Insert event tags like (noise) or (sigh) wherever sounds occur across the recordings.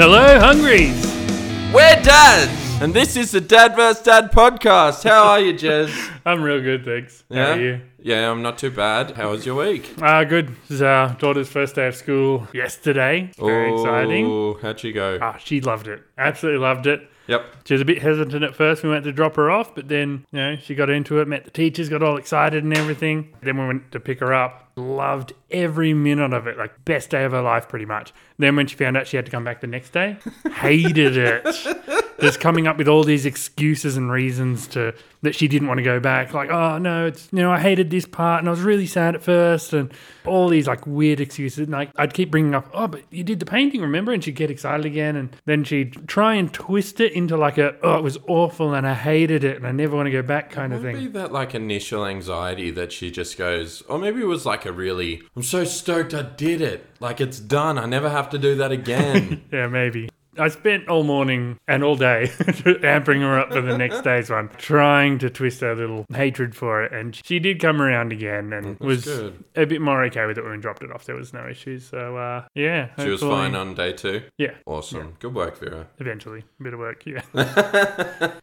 Hello, Hungries! We're dads, and this is the Dad vs Dad podcast. How are you, (laughs) Jez? I'm real good, thanks. How are you? yeah, I'm not too bad. How was your week? Ah, good. This is our daughter's first day of school yesterday. Very Oh. exciting. Ooh, How'd she go? Ah, she loved it. Absolutely loved it. Yep. She was a bit hesitant at first. We went to drop her off, but then, you know, she got into it, met the teachers, got all excited and everything. Then we went to pick her up. Loved every minute of it. Like, best day of her life, pretty much. Then when she found out she had to come back the next day, hated it. Just coming up with all these excuses and reasons to that she didn't want to go back. Like, oh no, it's you know I hated this part and I was really sad at first, and all these like weird excuses. And like I'd keep bringing up, oh, but you did the painting, remember? And she'd get excited again, and then she'd try and twist it into like a oh it was awful and I hated it and I never want to go back kind of Maybe thing. that like initial anxiety that she just goes, or maybe it was like a really, I'm so stoked I did it. Like it's done. I never have to do that again. (laughs) Yeah, maybe. I spent all morning and all day (laughs) amping her up for the next day's one, trying to twist her little hatred for it. And she did come around again and was good. a bit more okay with it when we dropped it off. There was no issues. So, uh, yeah. she was hopefully- fine on day two. Yeah, Awesome. Good work, Vera. eventually. A bit of work, (laughs) yeah.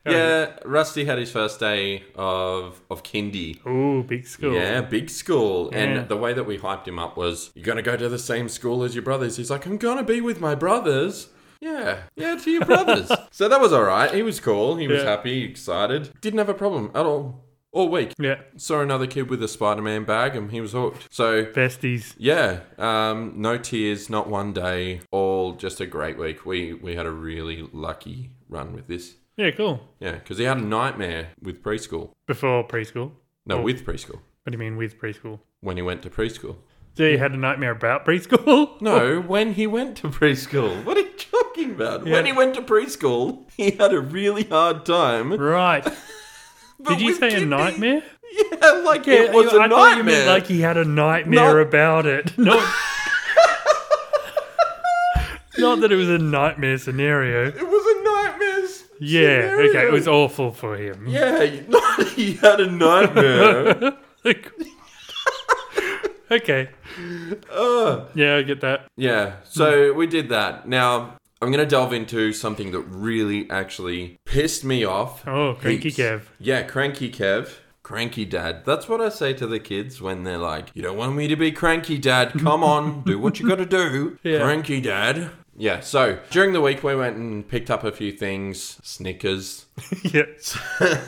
Yeah, Rusty had his first day of of kindy. Ooh, big school. Yeah, big school. Yeah. And the way that we hyped him up was, you're going to go to the same school as your brothers. He's like, I'm going to be with my brothers. Yeah, yeah, to (laughs) your brothers. so that was all right. He was cool. He was Yeah. happy, excited. Didn't have a problem at all. All week. Yeah, Saw another kid with a Spider Man bag and he was hooked. So, besties. yeah, um, no tears, not one day, all just a great week. We, we had a really lucky run with this. Yeah, cool. Yeah, because he had a nightmare with preschool. Before preschool. No, with preschool. What do you mean with preschool? When he went to preschool. So you had a nightmare about preschool? (laughs) No, when he went to preschool. What are you talking about? When he went to preschool, he had a really hard time. (laughs) Right. But Did you with say a Kippy- nightmare? Yeah, like it was I a thought you meant nightmare. like he had a nightmare No. about (laughs) it. Not, (laughs) not that it was a nightmare scenario. It was a nightmare. s- Yeah, scenario. okay, it was awful for him. Yeah, (laughs) you- not he had a (laughs) nightmare. okay. Ugh. Yeah, I get (laughs) that. yeah, so Hmm. we did that. Now, I'm going to delve into something that really actually pissed me off. Oh, cranky Heaps. Kev. Yeah, cranky Kev. Cranky dad. That's what I say to the kids when they're like, You don't want me to be (laughs) cranky dad. Come on, do what you gotta do. Yeah. Cranky dad. Yeah, so during the week we went and picked up a few things, Snickers. yeah. (laughs)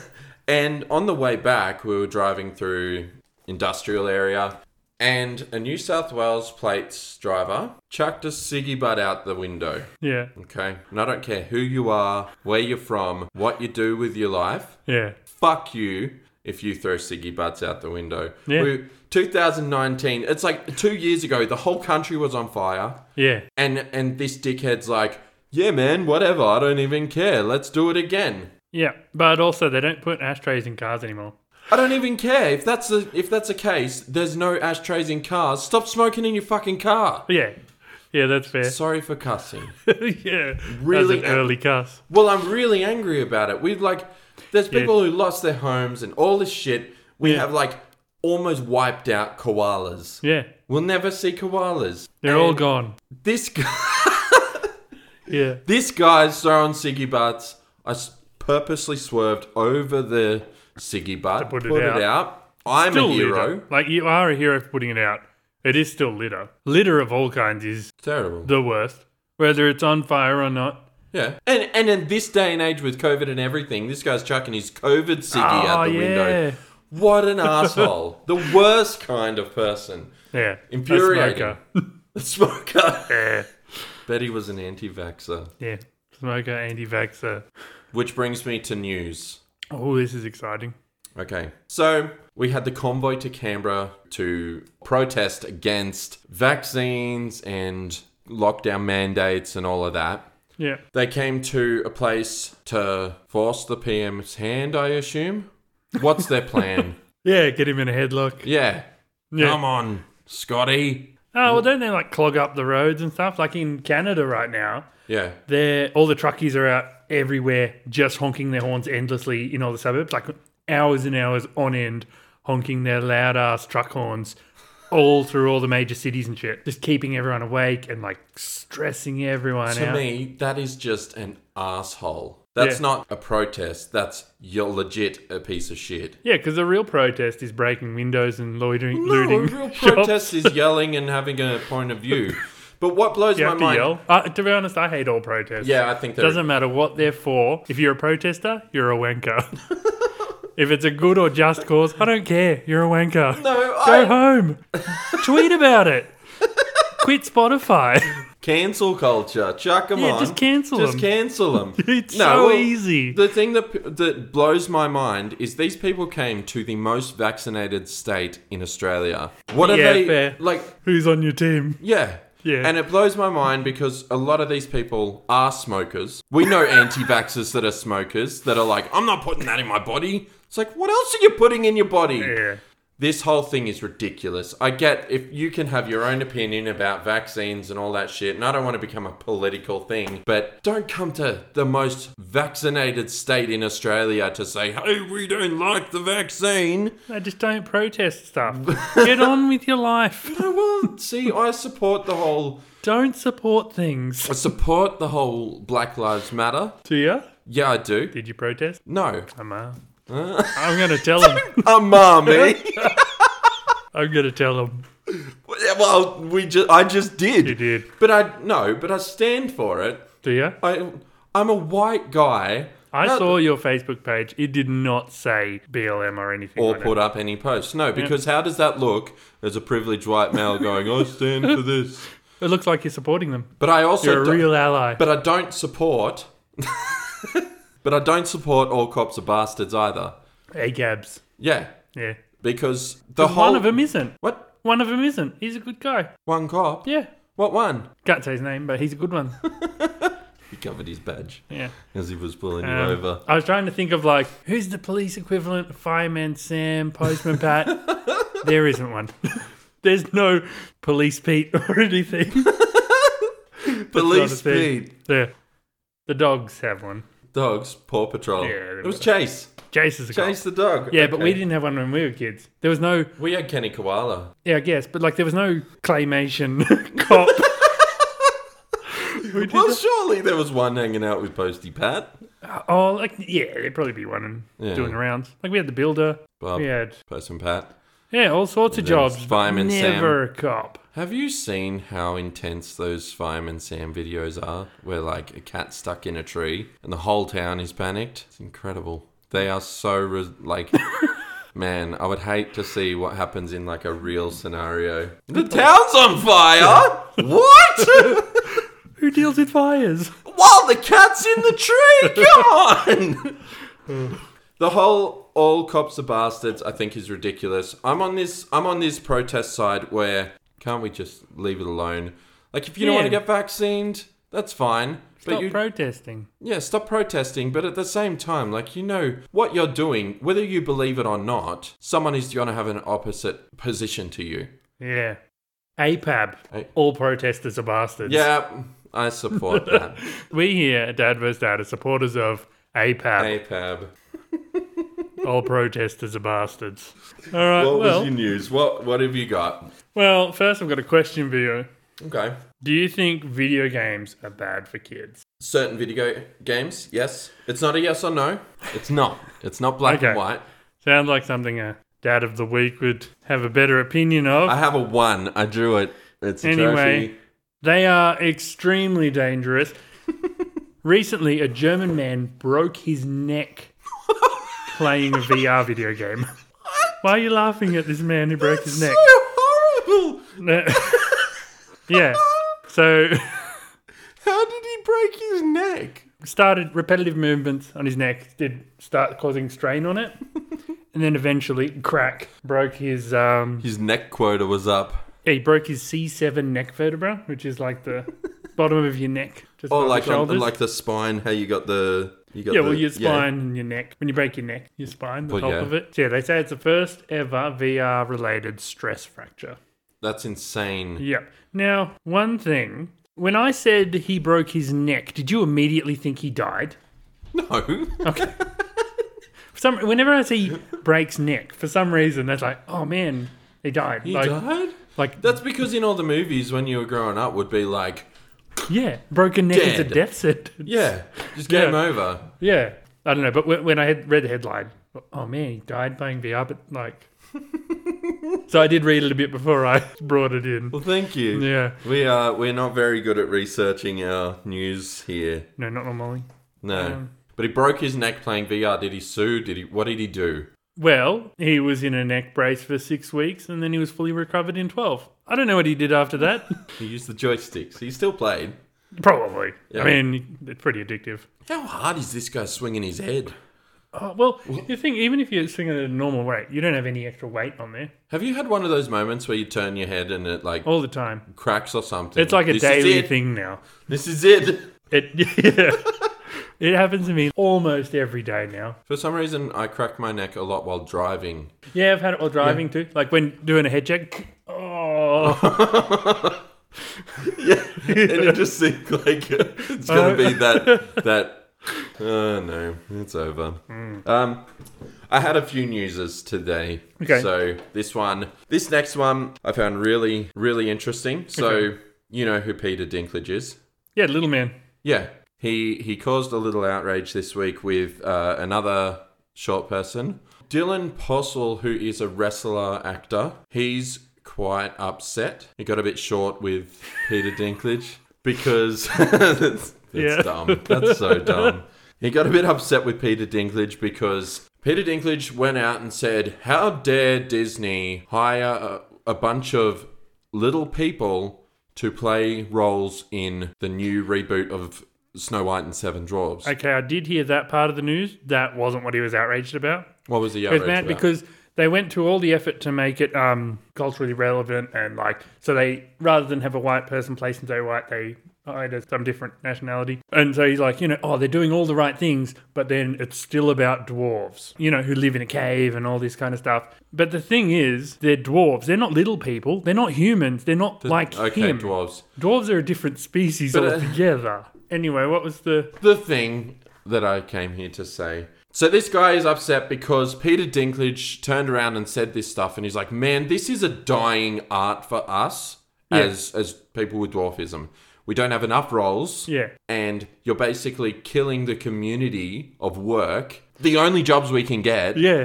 and on the way back, we were driving through industrial area and a New South Wales plates driver chucked a ciggy butt out the window. Yeah. Okay? And I don't care who you are, where you're from, what you do with your life Yeah. fuck you if you throw ciggy butts out the window. Yeah. We- 2019, it's like two years ago, the whole country was on fire, Yeah. and and this dickhead's like, yeah, man, whatever, I don't even care, let's do it again. Yeah. But also, they don't put ashtrays in cars anymore. I don't even care if that's the if that's the case. There's no ashtrays in cars. Stop smoking in your fucking car. Yeah. Yeah, that's fair. (laughs) Sorry for cussing. yeah. Really That's an early cuss. Well, I'm really angry about it. We've like, there's people who lost their homes and all this shit. We have like almost wiped out koalas. Yeah. We'll never see koalas. They're all And gone. This guy, Yeah. (laughs) this guy's throwing ciggy butts. I s- purposely swerved over the ciggy butt. put it out. out. I'm still a hero. litter. Like you are a hero for putting it out. It is still litter. Litter of all kinds is Terrible. the worst, whether it's on fire or not. yeah. And and in this day and age with COVID and everything, this guy's chucking his COVID ciggy Oh, out the window. yeah. What (laughs) an asshole. The worst kind of person. Yeah. a Infuriating. smoker. The smoker. Yeah. Bet he was an anti-vaxxer. Yeah. Smoker, anti-vaxxer. Which brings me to news. Oh, this is exciting. Okay. So we had the convoy to Canberra to protest against vaccines and lockdown mandates and all of that. Yeah. They came to a place to force the PM's hand, I assume. What's (laughs) their plan? Yeah, get him in a headlock. yeah. Yeah. Come on, Scotty. Oh, well, don't they like clog up the roads and stuff? Like in Canada right now, Yeah. they're, all the truckies are out everywhere just honking their horns endlessly in all the suburbs, like hours and hours on end honking their loud ass truck horns all through all the major cities and shit, just keeping everyone awake and like stressing everyone To out. me, that is just an asshole. That's Yeah. not a protest. That's you're legit a piece of shit. Yeah, because the real protest is breaking windows and loitering, No, looting. a (laughs) real shops. protest is yelling and having a point of view. But what blows You my have to mind? yell. Uh, to be honest, I hate all protests. Yeah, I think It there doesn't matter what they're for. If you're a protester, you're a (laughs) wanker. if it's a good or just cause, I don't care. You're a wanker. No, Go (laughs) I- home. Tweet about it. Quit Spotify. cancel culture. Chuck them Yeah, on. just cancel Just 'em. cancel them. (laughs) It's so easy. The thing that that blows my mind is these people came to the most vaccinated state in Australia. What are Yeah, they fair. like? (laughs) Who's on your team? Yeah. Yeah. And it blows my mind because a lot of these people are smokers. We know anti vaxxers that are smokers that are like, I'm not putting that in my body. It's like, what else are you putting in your body? Yeah. This whole thing is ridiculous. I get if you can have your own opinion about vaccines and all that shit, and I don't want to become a political thing, but don't come to the most vaccinated state in Australia to say, hey, we don't like the vaccine. No, just don't protest stuff. (laughs) Get on with your life. No, well, see, I support the whole Don't support things. I support the whole Black Lives Matter. Oh, Do you? Yeah, I do. Did you protest? (laughs) No. I'm uh, I'm gonna tell him. I'm mommy. I'm gonna tell him. (laughs) well, we just I just did. You did. But I no, but I stand for it. Do you? I I'm a white guy. I No, saw your Facebook page. It did not say BLM or anything. or on it. put up any posts. No, because how does that look as a privileged white male going, I stand for (laughs) this. It looks like you're supporting them. But I also You're a don't- real ally. but I don't support (laughs) But I don't support all cops are bastards either. Agabs. Yeah. Yeah. Because the Because whole one of them isn't. What? One of them isn't. He's a good guy. One cop? Yeah. What one? Can't say his name, but he's a good one. (laughs) He covered his badge Yeah. as he was pulling you Um, over. I was trying to think of like who's the police equivalent of fireman Sam, postman (laughs) Pat. there isn't one. (laughs) There's no police Pete (laughs) or anything. Police That's not a thing. speed. Yeah. The dogs have one. Dogs, Paw Patrol. Yeah, it was Chase. Jace is a cop. Chase the dog. Yeah, but Okay. we didn't have one when we were kids. There was no We had Kenny Koala. Yeah, I guess, but like there was no claymation (laughs) cop. We did Well, that- surely there was one hanging out with Posty Pat. oh, like yeah, there'd probably be one and Yeah. doing rounds. Like we had the builder, Bob, we had Postman Pat. yeah, all sorts of There was jobs. but Fireman Sam. never a cop. Have you seen how intense those Fireman Sam videos are? Where like a cat's stuck in a tree and the whole town is panicked. It's incredible. They are so re- (laughs) like, man, I would hate to see what happens in like a real scenario. The Oh. town's on fire. (laughs) what? (laughs) Who deals with fires? While the cat's in the (laughs) tree. Come on. The whole all cops are bastards I think is ridiculous. I'm on this I'm on this protest side where can't we just leave it alone? Like if you don't Yeah. want to get vaccinated, that's fine. Stop but you protesting. yeah, stop protesting, but at the same time, like you know what you're doing, whether you believe it or not, someone is going to have an opposite position to you. Yeah, APAB. Hey. All protesters are bastards. Yeah, I support that. (laughs) we here at Dad vs Dad are supporters of APAB. APAB. All protesters are bastards. All right. What well, was your news? What what have you got? well, first I've got a question for you. Okay. Do you think video games are bad for kids? certain video games. Yes, it's not a yes or no. It's not. It's not black Okay. and white. Sounds like something a dad of the week would have a better opinion I of. have a one. I drew it. It's a Anyway. trophy. They are extremely dangerous. Recently, a German man broke his neck playing a VR video game. Why are you laughing at this man who broke his So neck? horrible. (laughs) yeah. So, How did he break his neck? started repetitive movements on his neck, did start causing strain on it, and then eventually crack broke his um, His neck quota was up. Yeah, he broke his C7 neck vertebra, which is like the bottom of your neck. Just Or above Oh, like the on, shoulders. like the spine. How you got the you got yeah, the, well, your spine and your neck. When you break your neck, your spine, the Well, top yeah. of it. So, yeah, they say it's the first ever VR related stress fracture. That's insane. Yeah. Now, one thing. When I said he broke his neck, did you immediately think he died? (laughs) No. (laughs) Okay. for (laughs) some, whenever I see breaks neck, for some reason, that's like, oh man, he died. He like, died? Like, That's because in all the movies when you were growing up would be like, yeah, broken neck is a Dead. death sentence. yeah, just Yeah. game over. Yeah, I don't know. But when, when I had read the headline, oh man, he died playing VR, but (laughs) like, so I did read it a bit before I (laughs) brought it in. Well, thank you. Yeah, We are we're not very good at researching our news here. no, not normally. No. Um, but he broke his neck playing VR. Did he sue? Did he what did he do? Well, he was in a neck brace for six weeks, and then he was fully recovered in twelve. I don't know what he did after (laughs) that. He used the joysticks. He still played. Probably. Yeah. I mean, it's pretty addictive. How hard is this guy swinging his head? Oh, well, you think even if you're swinging at a normal weight, you don't have any extra weight on there Have you had one of those moments where you turn your head and it like all the time. cracks or something? Oh. It's like a This is daily it. thing now. This is it. (laughs) It (laughs) yeah. it happens to me almost every day now. For some reason, I crack my neck a lot while driving. Yeah, I've had it while driving too. Like when doing a head check. Oh, Yeah, (laughs) and it just seems like it's gonna be that that. Oh no, it's over. Um, I had a few newses today. Okay. So this one, this next one, I found really, really interesting. So you know who Peter Dinklage is? (laughs) yeah, little man. Yeah, he he caused a little outrage this week with uh, another short person, Dylan Postle, who is a wrestler actor. He's quite upset. He got a bit short with Peter Dinklage because (laughs) that's, that's Yeah. dumb. Um, (laughs) That's so dumb. He got a bit upset with Peter Dinklage because Peter Dinklage went out and said, "How dare Disney hire a, a bunch of little people to play roles in the new reboot of Snow White and Seven Dwarfs?" Okay, I did hear that part of the news. That wasn't what he was outraged about. What was the It outrage was mad about? because they went to all the effort to make it um, culturally relevant and like so they rather than have a white person play Snow White, they hired a- some different nationality. And so he's like, you know, oh, they're doing all the right things, but then it's still about dwarves, you know, who live in a cave and all this kind of stuff. But the thing is, they're dwarves. They're not little people. They're not humans. They're not like okay, him. dwarves. Dwarves are a different species But, uh, altogether. Anyway, what was the the thing that I came here to say. So this guy is upset because Peter Dinklage turned around and said this stuff, and he's like, "Man, this is a dying art for us as as people with dwarfism. We don't have enough roles, yeah? and you're basically killing the community of work. The only jobs we can get, Yeah.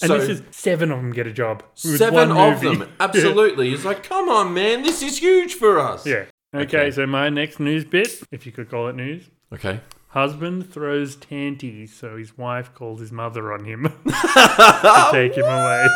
And So- this is seven of them get a job. with one seven of movie. (laughs) them, absolutely. He's like, "Come on, man, this is huge for us." Yeah. Okay, Okay. so my next news bit, if you could call it news. Okay. Husband throws tanties, so his wife called his mother on him (laughs) to take him away.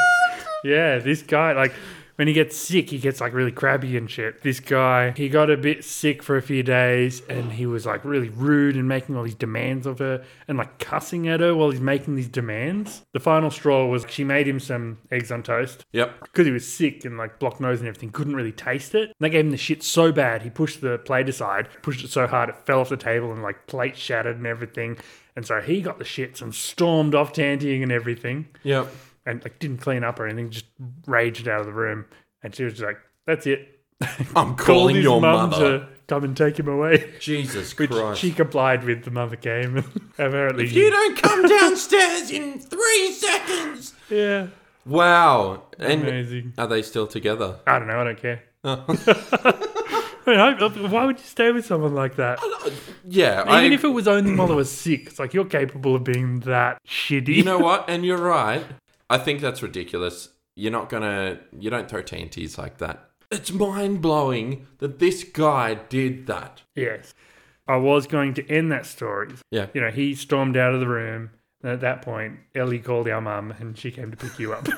Yeah, this guy, like, when he gets sick, he gets, like, really crabby and shit. This guy, he got a bit sick for a few days and he was, like, really rude and making all these demands of her and, like, cussing at her while he's making these demands. The final straw was she made him some eggs on toast Yep. because he was sick and like blocked nose and everything, couldn't really taste it. And they gave him the shit so bad, he pushed the plate aside, pushed it so hard it fell off the table and like plate shattered and everything. And so he got the shits and stormed off tantying and everything Yep. and like didn't clean up or anything, just raged out of the room. And she was just like, that's it. I'm Called calling his your mum mother. to come and take him away. Jesus Which Christ. she complied with. The mother came and (laughs) apparently. You don't come downstairs in three seconds. yeah. Wow. And Amazing. are they still together? I don't know. I don't care. Oh. (laughs) I mean, I- why would you stay with someone like that? Yeah. I, Even if it was only while I was sick, it's like you're capable of being that shitty. you know what? And you're right. I think that's ridiculous. You're not gonna. You don't throw TNTs like that. It's mind blowing that this guy did that. yes. I was going to end that story. Yeah. You know, he stormed out of the room. And at that point, Ellie called our mum and she came to pick you (laughs) up. That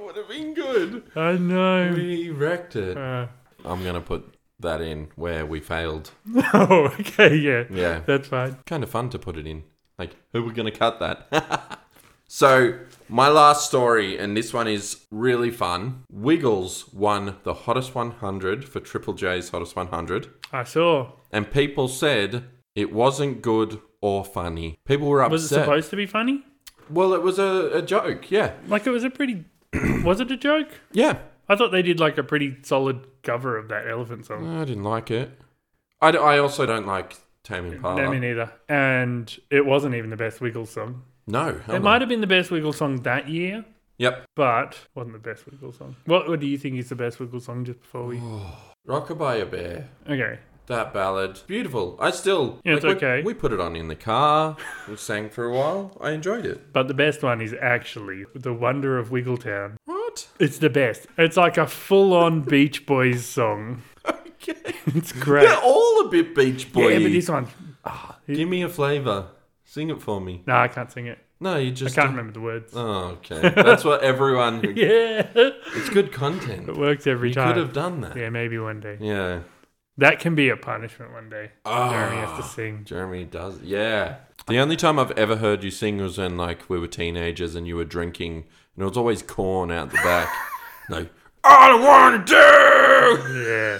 would have Oh, been good. I know. We wrecked it. Uh, I'm gonna put that in where we failed. (laughs) oh, okay. Yeah. Yeah. That's fine. kind of fun to put it in. Like, who we going to cut that? (laughs) so, my last story, and this one is really fun. Wiggles won the Hottest 100 for Triple J's Hottest 100, I saw. and people said it wasn't good or funny. People were upset. Was it supposed to be funny? well, it was a, a joke, yeah. Like, it was a pretty. (clears throat) was it a joke? Yeah. I thought they did like a pretty solid cover of that elephant song. I didn't like it. I, d- I also don't like Tame Impala. No, me neither. And it wasn't even the best Wiggles song. no, hell It no. might have been the best Wiggles song that year, Yep. but wasn't the best Wiggle song. What what do you think is the best Wiggle song? Just before we Oh. Rockabye a Bear. okay, That ballad. Beautiful. I still. Yeah, it's we- okay. We, put it on in the car. We sang for a while. I enjoyed it. but the best one is actually the Wonder of Wiggletown. What? It's the best. It's like a full on Beach Boys song. (laughs) (laughs) Okay. It's great. They're all a bit Beach Boy. yeah, but this one, Give me a flavour. Sing it for me. no, I can't sing it. No, you I just. can't remember the words. (laughs) Oh, okay. That's what everyone. (laughs) yeah, it It's (laughs) good content. works every Could time. have done that. Yeah, maybe one day. Yeah. That can be a punishment one day. Ah. Jeremy has to sing. Jeremy does. Yeah. The only time I've ever heard you sing was when, like, we were teenagers and you were drinking, and it was always corn out the (laughs) back. like, I don't want to (laughs) Yeah,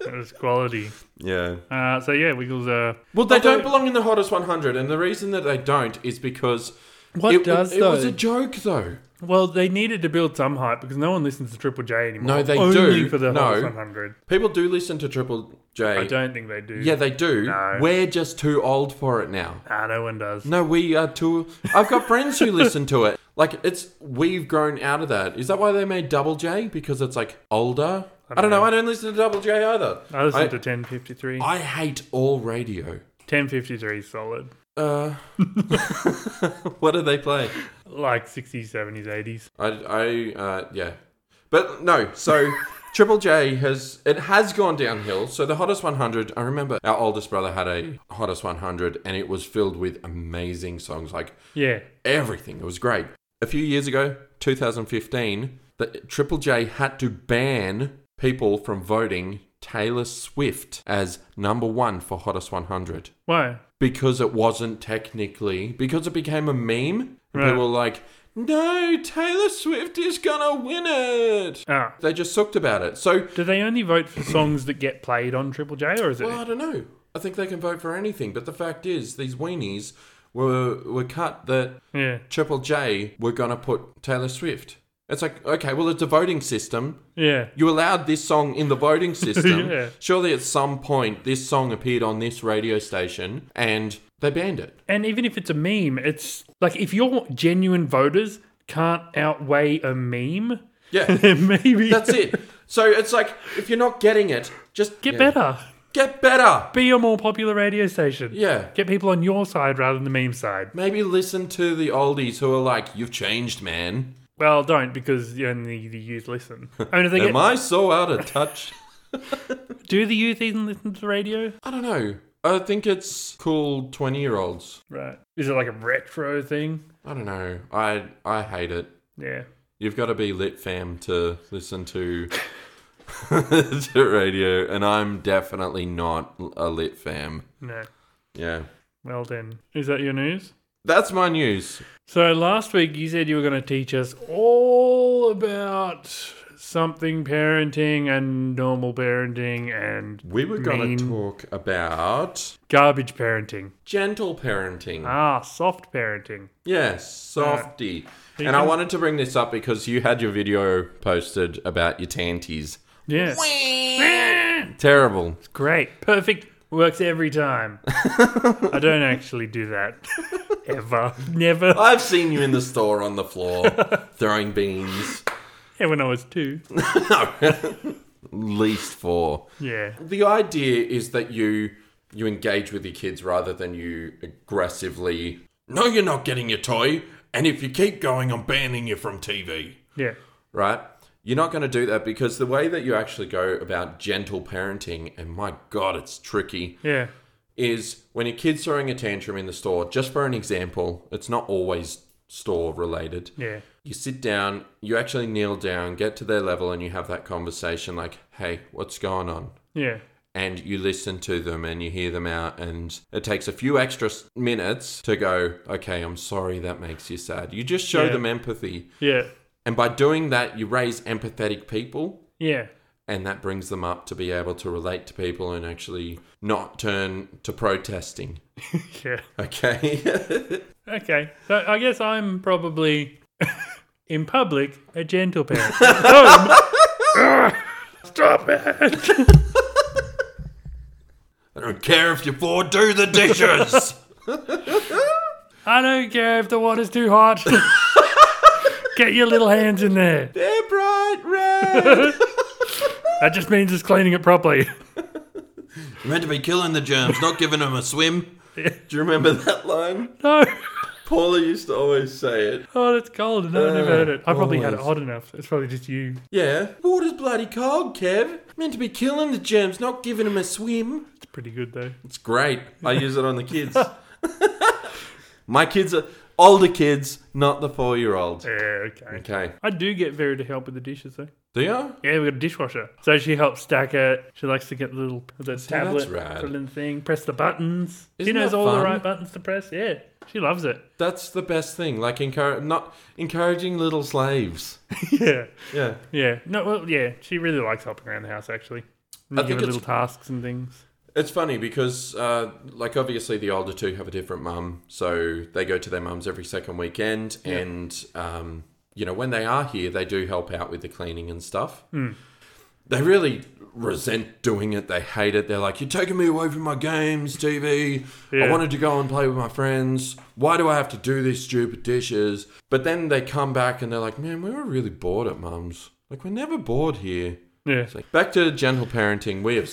that was quality. do. Yeah. Uh, so yeah, Wiggles are. Well, they Although- don't belong in the hottest 100, and the reason that they don't is because What it, does it was though? a joke, though. Well, they needed to build some hype because no one listens to Triple J anymore. No, they Only do. for the No. Hottest 100. People do listen to Triple J. I don't think they do. Yeah, they do. No. We're just too old for it now. Nah, no one does. No, we are too. I've got friends who listen to it. Like it's we've grown out of that. Is that why they made Double J because it's like older? I don't, know. I don't listen to Double J either. I listen I- to 1053. I hate all radio. (laughs) 1053 is solid. Uh, what do they play? Like 60s, 70s, 80s. I, I uh, yeah, but no. So Triple J has it has gone downhill. So the hottest 100. I remember our oldest brother had a hottest 100, and it was filled with amazing songs like Yeah. everything. It was great. A few years ago, 2015, the Triple J had to ban people from voting Taylor Swift as number one for Hottest 100 Why? because it wasn't technically, because it became a meme. And Right. People were like, no, Taylor Swift is gonna win it. Ah. They just sucked about it. So, Do they only vote for songs that get played on Triple J or is it? well, I don't know. I think they can vote for anything, but the fact is, these weenies were were cut that Yeah. Triple J were going to put Taylor Swift. It's like, okay, well, it's a voting system. Yeah. You allowed this song in (laughs) the voting system. Yeah. Surely at some point this song appeared on this radio station and they banned it. And even if it's a meme, it's like if your genuine voters can't outweigh a meme, (laughs) Yeah, then maybe (laughs) that's it. So it's like, if you're not getting it, just get Yeah. better. Get better. Be a more popular radio station. Yeah. Get people on your side rather than the meme side. Maybe listen to the oldies who are like, you've changed, man. Well, don't because only the youth listen. I mean, if they (laughs) Am get, I so out of touch? do the youth even listen to the radio? I don't know. I think it's cool 20 year olds. Right. Is it like a retro thing? I don't know. I, I hate it. Yeah. You've got to be lit fam to listen to (laughs) to radio, and I'm definitely not a lit fam. No. Yeah, Well then, is that your news? that's my news. So last week you said you were going to teach us all about something parenting and normal parenting and We were going Mean. to talk about garbage parenting. gentle parenting. Ah, soft parenting. yes, softy. and I can- wanted to bring this up because you had your video posted about your tanties. Yeah. Terrible. Great. Perfect. Works every time. I don't actually do that. Ever. Never. I've seen you in the store on the floor throwing beans. (laughs) Yeah, when I was two. Least four. Yeah. The idea is that you you engage with your kids rather than you aggressively. No, you're not getting your toy, and if you keep going, I'm banning you from TV. Yeah. Right? You're not going to do that because the way that you actually go about gentle parenting, and my god, it's tricky, Yeah. is when your kid's throwing a tantrum in the store. Just for an example, it's not always store related Yeah. you sit down, you actually kneel down, get to their level, and you have that conversation like, hey, what's going on? Yeah. And you listen to them and you hear them out, and it takes a few extra s- minutes to go, okay, I'm sorry that makes you sad. You just show Yeah. them empathy. Yeah. And by doing that, you raise empathetic people, Yeah. and that brings them up to be able to relate to people and actually not turn to protesting. (laughs) Yeah. Okay. (laughs) Okay. So I guess I'm probably (laughs) in public a gentle parent. At home, I don't care if you four do the (laughs) dishes. I don't care if the water's too hot. Get your little hands in there. They're bright red. (laughs) That just means it's cleaning it properly. (laughs) We're meant to be killing the germs, not giving them a swim. Do you remember that line? No. Paula used to always say it. Oh, that's cold. No, I've never heard it. I probably had it always. hot enough. It's probably just you. Yeah. Water's bloody cold, Kev. Meant to be killing the germs, not giving them a swim. It's pretty good though. It's great. I use it on the kids. My kids are older kids, not the four year olds. Yeah, okay. Okay. I do get Vera to help with the dishes though. Do you? Yeah, we got a dishwasher. So she helps stack it. She likes to get the little the tablet, rad. put it in the thing, press the buttons. she Isn't knows that all the fun? right buttons to press. Yeah, she loves (laughs) it. That's the best thing. Like encourage, not encouraging little slaves. yeah, Yeah. yeah. No, well, yeah. She really likes helping around the house actually. And I you give think her it's- little tasks and things. It's funny because, uh, like, obviously the older two have a different mum, so they go to their mums every second weekend, and um, you know when they are here, they do help out with the cleaning and stuff. They really resent doing it. They hate it. They're like, "You're taking me away from my games, TV. Yeah. I wanted to go and play with my friends. Why do I have to do these stupid dishes?" But then they come back and they're like, "Man, we were really bored at mum's. Like, we're never bored here." Yeah, It's like, back to gentle parenting. We have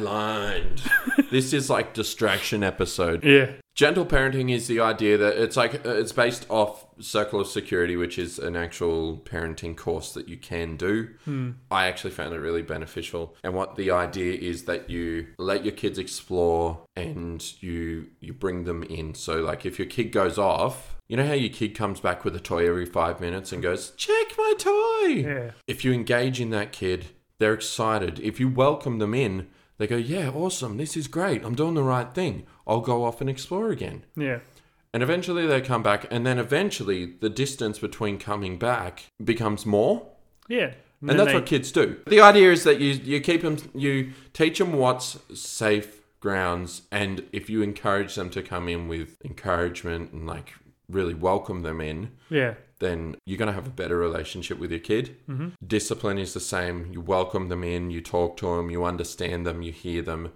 sidelined. this is like distraction episode. yeah, Gentle parenting is the idea that it's like uh, it's based off Circle of Security, which is an actual parenting course that you can do. I actually found it really beneficial. And what the idea is that you let your kids explore and you you bring them in. So like if your kid goes off, you know how your kid comes back with a toy every 5 minutes and goes, "Check my toy." yeah. If you engage in that kid, they're excited. If you welcome them in, they go, Yeah, awesome. This is great. I'm doing the right thing. I'll go off and explore again. Yeah. And eventually they come back. And then eventually the distance between coming back becomes more. Yeah. And, that's what kids do. The idea is that you, you keep them, you teach them what's safe grounds. And if you encourage them to come in with encouragement and like really welcome them in, Yeah. then you're going to have a better relationship with your kid. Mm-hmm. Discipline is the same. You welcome them in, you talk to them, you understand them, you hear them.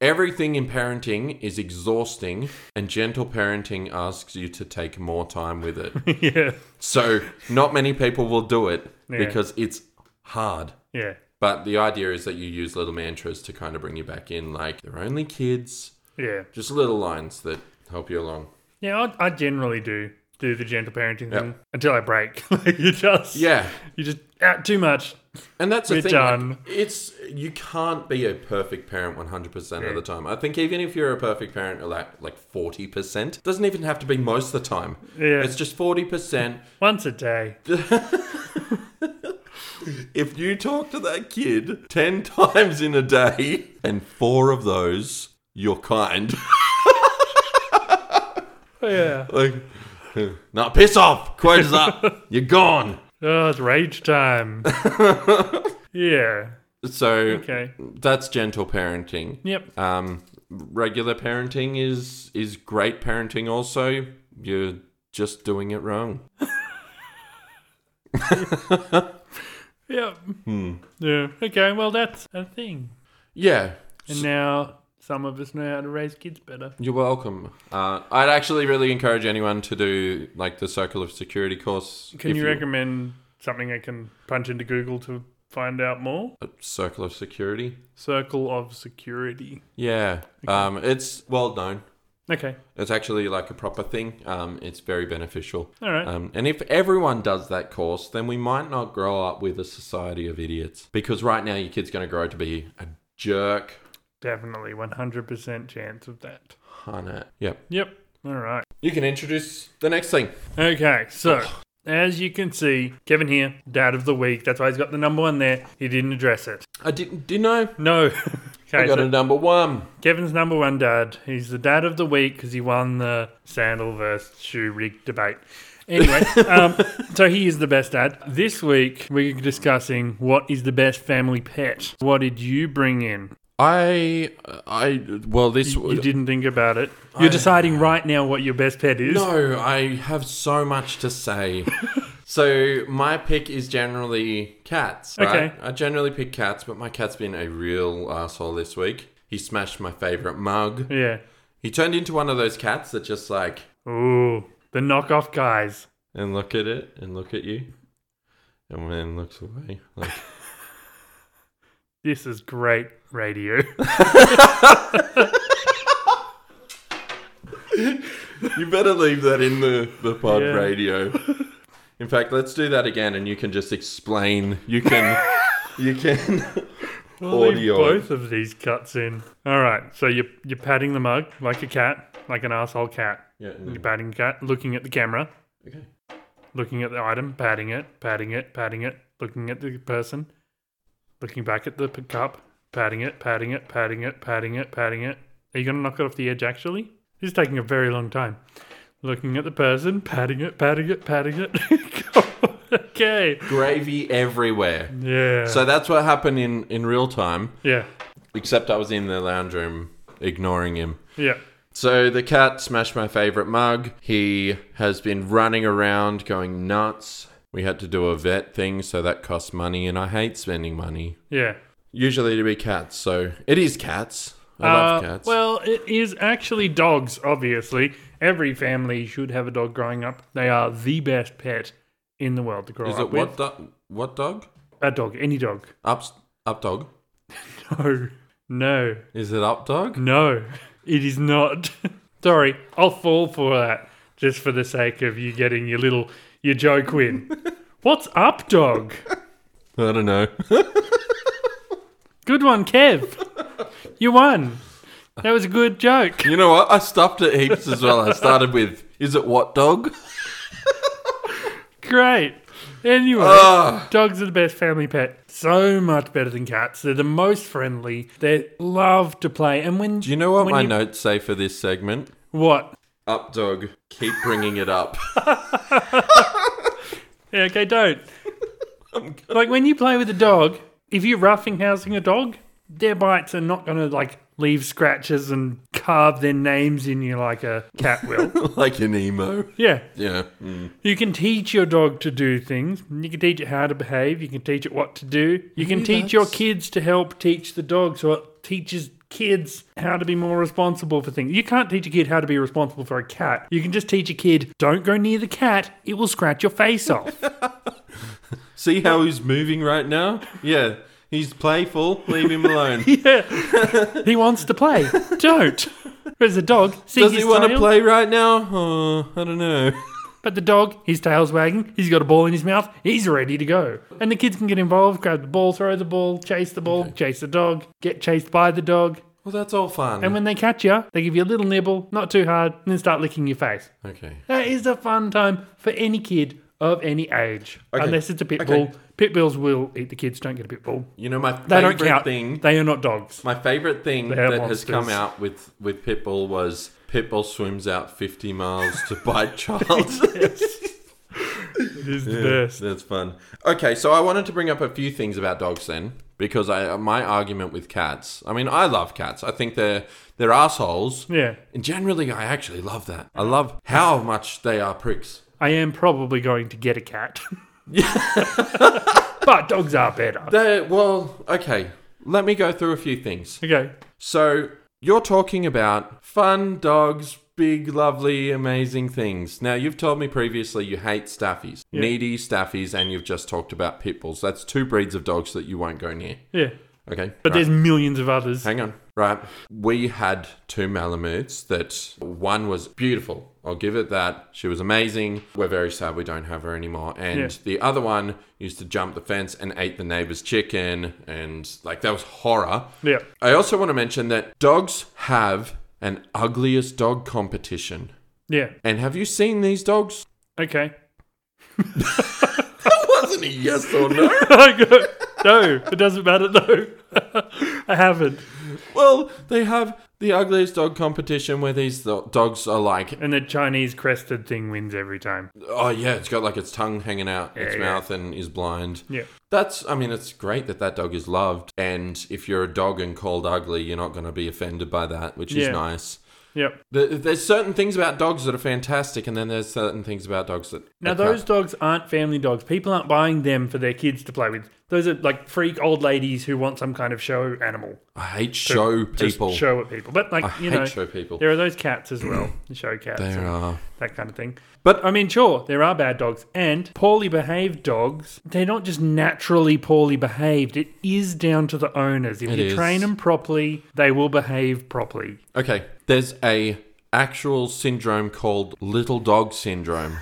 Everything in parenting is exhausting, and gentle parenting asks you to take more time with it. (laughs) yeah. so, not many people will do it Yeah. because it's hard. Yeah. But the idea is that you use little mantras to kind of bring you back in, like they're only kids, Yeah. just little lines that help you along. Yeah. I, I generally do do the gentle parenting thing until I break. (laughs) like you just Yeah. you just out too much. And that's the We're thing. done. like, it's you can't be a perfect parent 100% Yeah. of the time. I think even if you're a perfect parent at like like 40%, doesn't even have to be most of the time. Yeah. It's just 40%. Once a day. if you talk to that kid 10 (laughs) times in a day and 4 of those you're kind. (laughs) Oh, Yeah. like now piss off. (laughs) Quota's up. You're gone. Oh, it's rage (laughs) time. yeah. So Okay. that's gentle parenting. Yep. Um, regular parenting is is great parenting. Also, you're just doing it wrong. Yep. Hmm. Yeah. Okay. Well, that's a thing. Yeah, And now some of us know how to raise kids better. you're welcome. Uh, I'd actually really encourage anyone to do like the Circle of Security course. Can if you recommend something I can punch into Google to find out more? a Circle of Security? Circle of security. Yeah, um, it's well known. Okay. It's actually like a proper thing. Um, it's very beneficial. All right. Um, and if everyone does that course, then we might not grow up with a society of idiots. Because right now, your kid's going to grow to be a jerk. Definitely 100% chance of that. Hunter. Yep. Yep. All right. You can introduce the next thing. Okay. So, as you can see, Kevin here, dad of the week. That's why he's got the number one there. He didn't address it. I didn't didn't I? No. (laughs) I okay. got so a number one. Kevin's number one dad. He's the dad of the week because he won the sandal versus shoe rig debate. (laughs) Anyway, um, so he is the best dad. This week, we're discussing what is the best family pet. What did you bring in? I I well this You didn't think about it. You're deciding right now what your best pet is. no. I have so much (laughs) to say. so my pick is generally cats. Right? Okay. I generally pick cats, but my cat's been a real asshole this week. He smashed my favorite mug. Yeah. He turned into one of those cats that just like Ooh, the knockoff guys. and look at it and look at you. and then looks away. Like, This is great radio. (laughs) you better leave that in the, the pod Yeah. (laughs) radio. In fact, let's do that again and you can just explain. You can you can (laughs) I'll leave audio. both of these cuts in. All right, so you're you're patting the mug like a cat, like an asshole cat. Yeah, and You're then- patting the cat, looking at the camera, okay. looking at the item, patting it, patting it, patting it, looking at the person, looking back at the p- cup, patting it, patting it, patting it, patting it, patting it. Are you gonna knock it off the edge? Actually, this is taking a very long time. Looking at the person, patting it, patting it, (laughs) patting it. okay. Gravy everywhere. Yeah. So that's what happened in, in real time, yeah. except I was in the lounge room ignoring him. Yeah. So the cat smashed my favorite mug. He has been running around going nuts. We had to do a vet thing, so that costs money, and I hate spending money. Yeah. Usually to be cats, so it is cats. I love Uh, cats. Well, it is actually dogs, obviously. Every family should have a dog growing up. They are the best pet in the world to grow is up it what with. do- what dog? A dog, any dog. (laughs) Up up dog? No, no, Is it (laughs) up dog? no. It is not. (laughs) Sorry, I'll fall for that just for the sake of you getting your little your Joe (laughs) Quinn. What's up, dog? I don't know. Good one, Kev. You won. That was a good joke. (laughs) you know what? I stuffed it heaps as well. I started with is it what dog? Great. Anyway. Ah, Dogs are the best family pet. So much better than cats. They're the most friendly. They love to play. And when do you know what when my you- notes say for this segment? what? Up dog. Keep bringing it up. (laughs) Yeah, okay, (laughs) don't. like when you play with a dog, if you're roughing housing a dog, their bites are not going to like leave scratches and carve their names in you like a cat (laughs) will. like an emo. yeah. Yeah. Mm. You can teach your dog to do things. You can teach it how to behave. You can teach it what to do. You can Maybe teach your that's- kids to help teach the dog so it teaches kids how to be more responsible for things. You can't teach a kid how to be responsible for a cat. You can just teach a kid, don't go near the cat, it will scratch your face off. (laughs) See how he's moving right now? Yeah. He's playful. Leave him (laughs) alone. yeah. he wants to play. Don't. Whereas a dog, see Does his he want to tail? play right now? Oh, I don't know. (laughs) But the dog, his tail's wagging, he's got a ball in his mouth, he's ready to go. And the kids can get involved, grab the ball, throw the ball, chase the ball, chase the dog, get chased by the dog. Well, that's all fun. And when they catch you, they give you a little nibble, not too hard, and then start licking your face. okay. That is a fun time for any kid of any age. Okay. Unless it's a pit Okay. bull. Pit bulls will eat the kids, don't get a pit bull. You know my They don't favorite count. thing. They are not dogs. My favorite thing They are that has come monsters. out with with Pitbull was Pitbull swims out 50 miles (laughs) to bite child. It is the best. That's fun. Okay, so I wanted to bring up a few things about dogs then, because I my argument with cats. I mean, I love cats. I think they're they're assholes. Yeah. And generally, I actually love that. I love how much they are pricks. I am probably going to get a (laughs) cat. (laughs) but dogs are (laughs) better. They well, okay. Let me go through a few things. Okay. So you're talking about fun dogs, big, lovely, amazing things. Now you've told me previously you hate staffies, needy staffies, and you've just talked about pit bulls. That's two breeds of dogs that you won't go near. Yeah. Okay, But right. there's millions of others. Hang on. Right. We had two Malamutes that one was beautiful. I'll give it that. She was amazing. We're very sad we don't have her anymore. And Yeah. the other one used to jump the fence and ate the neighbor's chicken. And like, that was horror. Yeah. I also want to mention that dogs have an ugliest dog competition. Yeah. And have you seen these dogs? Okay. (laughs) That wasn't a yes or no. no, it doesn't matter though. (laughs) I haven't. (laughs) well, they have the ugliest dog competition where these do- dogs are like And the Chinese crested thing wins every time. Oh yeah, it's got like its tongue hanging out its yeah. mouth and is blind. Yeah. That's I mean it's great that that dog is loved and if you're a dog and called ugly, you're not going to be offended by that, which is Yeah. nice. Yep. There- There's certain things about dogs that are fantastic and then there's certain things about dogs that Now are those crap. dogs aren't family dogs. People aren't buying them for their kids to play with. Those are like freak old ladies who want some kind of show animal. I hate show Just people. show at people. But like I you hate know, show people. there are those cats as well. the show cats. There and are. that kind of thing. But I mean, sure, there are bad dogs and poorly behaved dogs. They're not just naturally poorly behaved. It is down to the owners. If It you is. train them properly, they will behave properly. Okay, there's a actual syndrome called little dog syndrome,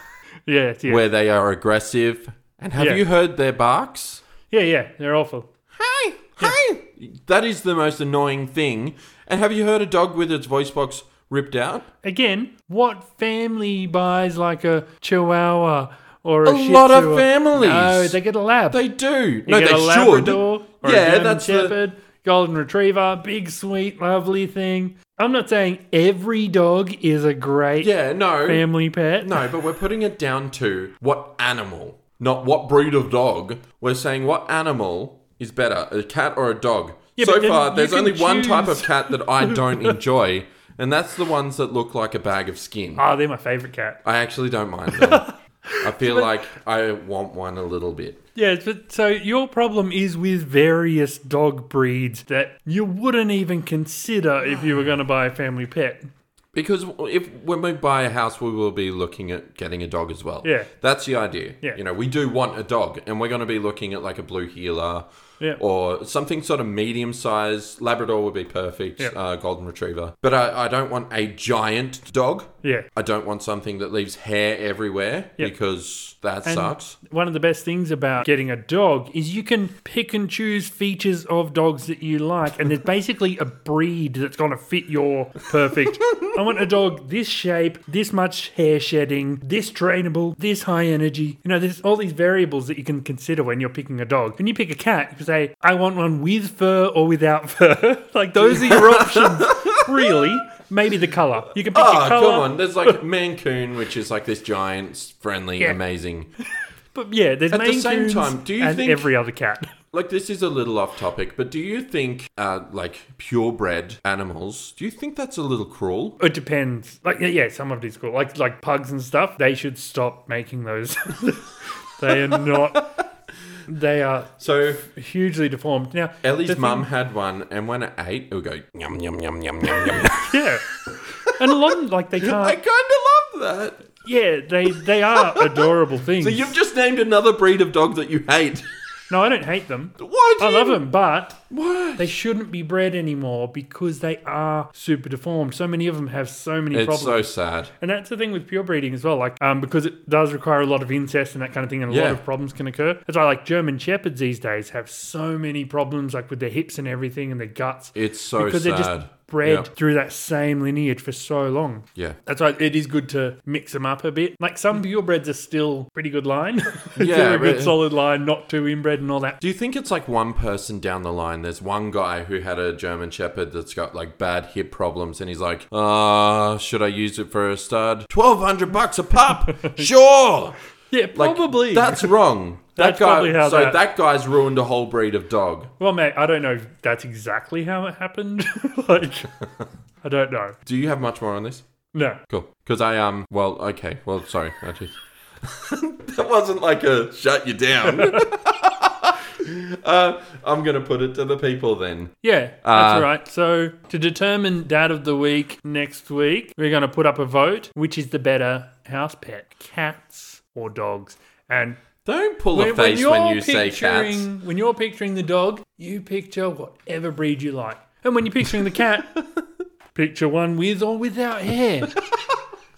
Yeah, yeah, where they are aggressive. And have Yeah. you heard their barks? yeah, yeah. They're awful. Hey, hey! That is the most annoying thing. And have you heard a dog with its voice box ripped out? Again, what family buys like a Chihuahua or a, A Shih lot of Tzu? families. No, they get a lab. They do. You no, get they a Labrador should. or yeah, a German that's the- Shepherd, Golden Retriever, big, sweet, lovely thing. I'm not saying every dog is a great yeah, no, family pet. no. But we're putting it down to what animal, not what breed of dog. We're saying what animal is better, a cat or a dog. Yeah, so but then far, you there's can only one type choose. of cat (laughs) that I don't enjoy, and that's the ones that look like a bag of skin. Ah, they're my favorite cat. I actually don't mind (laughs) them. I feel like I want one a little bit. Yeah, but so your problem is with various dog breeds that you wouldn't even consider if you were going to buy a family pet. Because if when we buy a house, we will be looking at getting a dog as well. Yeah. that's the idea. Yeah. you know, we do want a dog, and we're going to be looking at like a blue heeler, Yeah. or something sort of medium sized. Labrador would be perfect. Yeah. Uh, golden retriever, but I, I don't want a giant dog. Yeah. I don't want something that leaves hair everywhere Yeah. because that And sucks. One of the best things about getting a dog is you can pick and choose features of dogs that you like, and there's basically a breed that's going to fit your perfect. I want a dog this shape, this much hair shedding, this trainable, this high energy. You know, there's all these variables that you can consider when you're picking a dog. When you pick a cat, you can say, I want one with fur or without (laughs) fur. like, those are your options, really. Maybe the color. You can pick Oh, your come color. on. (laughs) There's like Mancoon, which is like this giant, friendly, Yeah. amazing. But yeah, there's At the Maine same Coons time, do you and think- every other cat. Like this is a little off topic, but do you think uh, like purebred animals? Do you think that's a little cruel? It depends. Like yeah, yeah, some of it is cool. Like like pugs and stuff. They should stop making those. (laughs) they are not. They are So hugely deformed. Now the Ellie's thing- mum had one, and when it ate, it would go yum yum yum yum yum (laughs) yum. (laughs) Yeah. And a lot of, like they I can't. kind of love that. Yeah, they they are adorable things. So you've just named another breed of dog that you hate. no, I don't hate them. Why? Do I you, love them, but Why? they shouldn't be bred anymore because they are super deformed. So many of them have so many It's problems. so sad. And that's the thing with pure breeding as well, like um, because it does require a lot of incest and that kind of thing, and a Yeah. lot of problems can occur. That's why like German shepherds these days have so many problems, like with their hips and everything and their guts, It's so because sad. they're just bred Yep. through that same lineage for so long. Yeah. That's why it is good to mix them up a bit. Like some purebreds are still pretty good line, (laughs) Yeah, yeah, a good but- solid line, not too inbred and all that. Do you think it's like one person down the line? There's one guy who had a German Shepherd that's got like bad hip problems, and he's like, "Ah, should I use it for a stud? Twelve hundred bucks (laughs) a pup? sure." Yeah, Like, probably. that's wrong. (laughs) That That's guy, probably how so that- that... guy's ruined a whole breed of dog. well, mate, I don't know if that's exactly how it happened. (laughs) (laughs) like, I don't know. Do you have much more on this? No, Cool. Because I um, well, okay, well, sorry, I just (laughs) that wasn't like a shut you down. (laughs) uh, I'm gonna put it to the people then. Yeah, that's Uh, right. So to determine dad of the week next week, we're going to put up a vote. Which is the better house pet, cats or dogs? And Don't pull a face when, you say cats. picturing- when you're picturing the dog, you picture whatever breed you like. And when you're picturing the (laughs) cat, picture one with or without hair.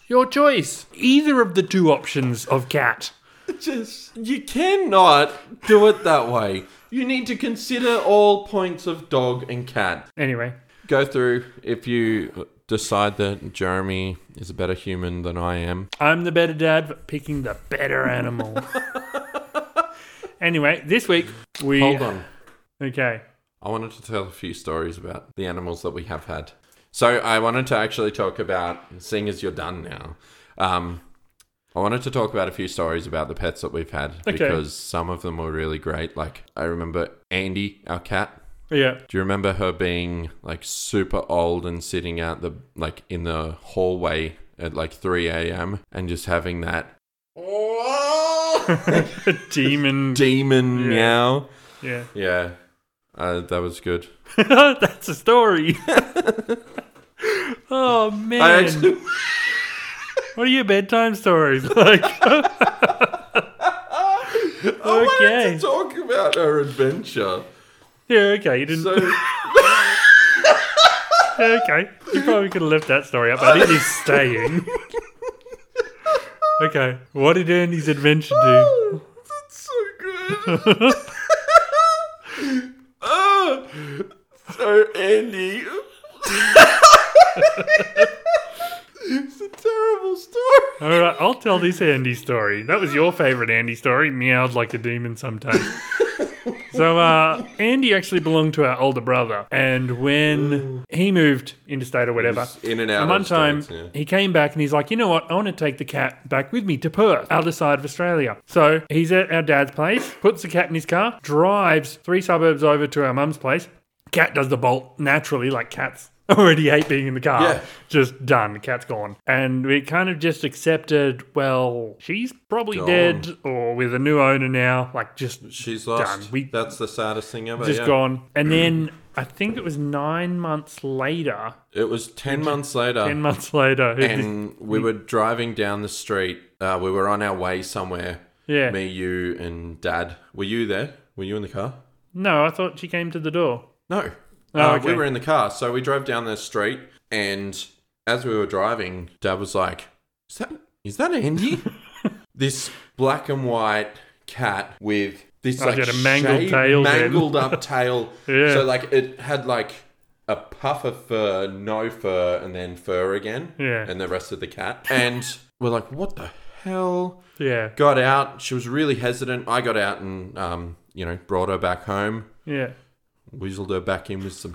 Your choice. Either of the two options of cat. Just you cannot do it that way. You need to consider all points of dog and cat. Anyway, Go through if you decide that Jeremy is a better human than I am. I'm the better dad for picking the better (laughs) animal. anyway, this week we Hold on. Okay. I wanted to tell a few stories about the animals that we have had. So I wanted to actually talk about, seeing as you're done now, um, I wanted to talk about a few stories about the pets that we've had because some of them were really great. Like I remember Andy, our cat. (laughs) Yeah. Do you remember her being like super old and sitting out the like in the hallway at like 3 a.m. and just having (laughs) that Demon. demon meow? Yeah. (laughs) Yeah, uh, that was good. That's a story. (laughs) oh man. I actually, What are your bedtime stories (laughs) like? I wanted Okay. to talk about our adventure. yeah, okay, you (laughs) didn't. So okay, you probably could have left that story up, but it (laughs) is staying. okay, what did Andy's adventure do? that's so good. (laughs) Ah, so Andy, (laughs) it's a terrible story. All right, I'll tell this Andy story. That was your favorite Andy story. Meowed like a demon sometimes. so uh, Andy actually belonged to our older brother, and when he moved interstate or whatever, In and out. And one of time, states, yeah. he came back and he's like, you know what? I want to take the cat back with me to Perth, other side of Australia. So he's at our dad's place, puts the cat in his car, drives three suburbs over to our mum's place. Cat does the bolt naturally, like cats (laughs) already hate being in the car. Yeah. Just done. The cat's gone. And we kind of just accepted, well, she's probably Gone. dead or with a new owner now. Like, just She's lost. Done. We- that's the saddest thing ever. just yeah. gone. (clears throat) And then I think it was nine months later, It was ten months later. 10 months later. and we were driving down the street. Uh, we were on our way somewhere. yeah. Me, you, and Dad. Were you there? Were you in the car? No, I thought she came to the door. No. Oh, Uh, We okay. were in the car. So we drove down the street, and as we were driving, Dad was like, "Is that is that Andy? (laughs) this black and white cat with this Oh, like she had a mangled shaved- tail then. (laughs) mangled up tail. Yeah. So like it had like." A puff of fur, no fur, and then fur again. Yeah. And the rest of the cat. And we're like, what the hell? Yeah, Got out. She was really hesitant. I got out and, um, you know, brought her back home. yeah, Weaseled her back in with some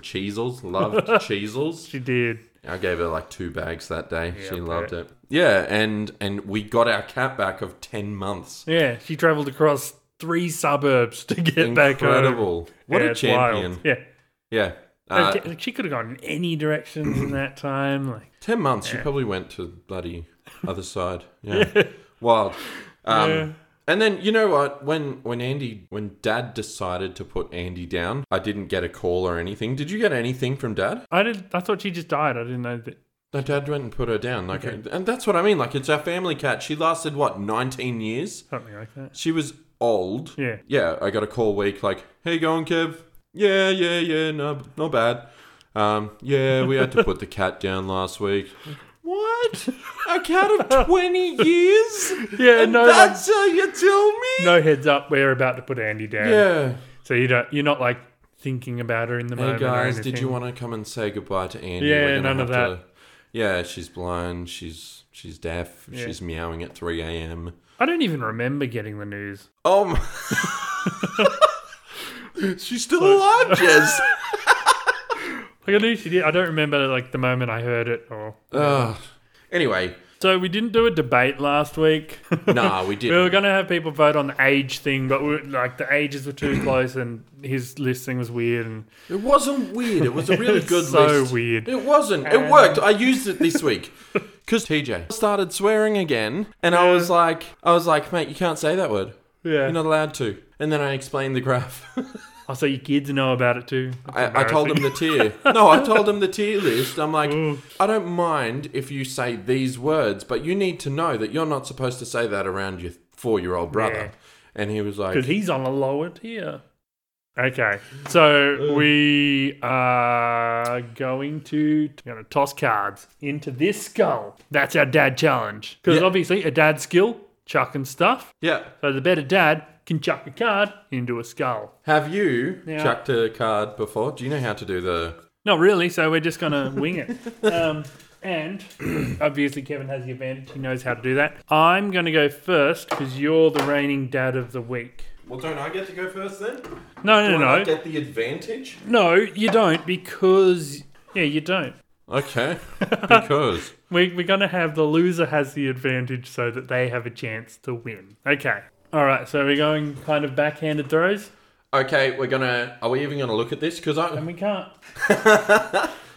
(laughs) cheesels. Loved cheesels. she did. I gave her like two bags that day. she I loved it. Yeah, and and we got our cat back of ten months. Yeah, she travelled across three suburbs to get back home. Incredible! What Yeah, a it's wild. champion! Yeah, Yeah, uh, Like, she could have gone in any directions in that time. Like, ten months. You probably went to (laughs) bloody other side. Yeah, wild. Um, Yeah. And then you know what? When when Andy when Dad decided to put Andy down, I didn't get a call or anything. Did you get anything from Dad? I did. I thought she just died. I didn't know that. No, Dad went and put her down. Like, and that's what I mean. Like, it's our family cat. She lasted what nineteen years. Something like that. She was old. Yeah. Yeah, I got a call week like, "Hey, going, Kev? Yeah, yeah, yeah. No, not bad. Um, yeah, we had to put the cat down last week. What? A cat of twenty years? (laughs) Yeah, And no, like- that's how you tell me. No heads up. We're about to put Andy down. Yeah. So you don't. You're not like thinking about her in the Hey moment. or guys, did you anything. want to come and say goodbye to Andy? Yeah, We're gonna none of have to- yeah, she's blind. She's she's deaf. Yeah. She's meowing at three a.m. I don't even remember getting the news. Oh. My- (laughs) she's still alive, (laughs) Jez. Like I knew she did. I don't remember like the moment I heard it. Or Ugh. anyway, so we didn't do a debate last week. nah, we We were didn't. going to have people vote on the age thing, but we, like the ages were too close, and his list thing was weird. And It wasn't weird. It was a (laughs) really good so list. weird. It wasn't. It worked. I used it this week. (laughs) Cause TJ started swearing again, and I was like, I was like, mate, you can't say that word. Yeah. You're not allowed to. And then I explained the graph. oh, so your kids know about it too. That's I, I told him embarrassing. the tier. No, I told him the (laughs) tier list. I'm like, Ooh. I don't mind if you say these words, but you need to know that you're not supposed to say that around your four year old Yeah. brother. And he was because like, he's on a lower tier. Okay, so we are going to going to toss cards into this skull. That's our dad challenge because Yeah. obviously a dad's skill chucking stuff. Yeah, So the better dad can chuck a card into a skull. have you Yeah. chucked a card before? Do you know how to do the. Not really, so we're just going to wing it. Um, and obviously, Kevin has the advantage. He knows how to do that. I'm going to go first because you're the reigning dad of the week. Well, don't I get to go first then? No, no, no. get the advantage? No, you don't because. Yeah, you don't. (laughs) Okay, because. We, we're going to have the loser has the advantage so that they have a chance to win. Okay. All right, so we're going kind of backhanded throws, Okay, we're gonna. Are we even gonna look at this? Because and I we can't.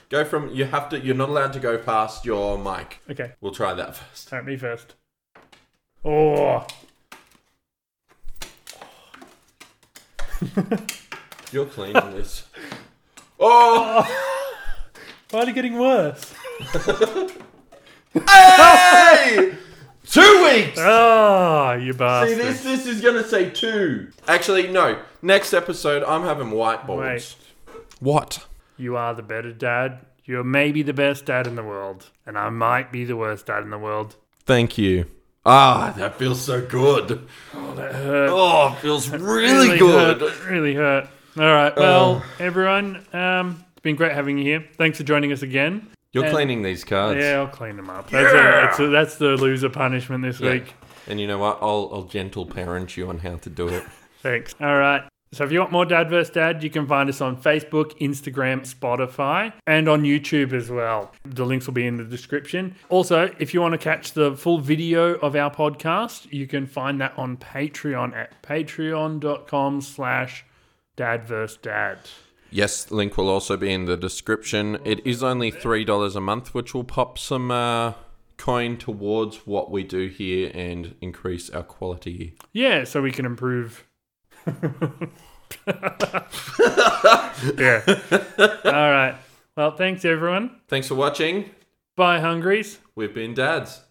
go from. You have to. You're not allowed to go past your mic. Okay, We'll try that first. start me first. Oh. You're (laughs) cleaning this. Oh! Why are they getting worse? Hey! Two weeks! Ah, you See, bastard. this, this is going to say two. Actually, no. Next episode, I'm having white balls. Wait. What? You are the better dad. You're maybe the best dad in the world. And I might be the worst dad in the world. Thank you. Ah, that feels so good. Oh, it feels really, good. Oh. Hurt. Really hurt. All right. Well, everyone, um, it's been great having you here. Thanks for joining us again. You're And- cleaning these cards. Yeah, I'll clean them up. That's, it. That's, it. that's the loser punishment this Yeah. week. And you know what? I'll, I'll gentle parent you on how to do it. Thanks. All right. So if you want more Dad vs. Dad, you can find us on Facebook, Instagram, Spotify, and on YouTube as well. The links will be in the description. Also, if you want to catch the full video of our podcast, you can find that on Patreon at patreon.com slash dad vs. dad. Yes, link will also be in the description. It is only three dollars a month, which will pop some uh, coin towards what we do here and increase our quality. Yeah, so we can improve. (laughs) yeah. All right. Well, thanks everyone. Thanks for watching. Bye, Hungries. We've been dads.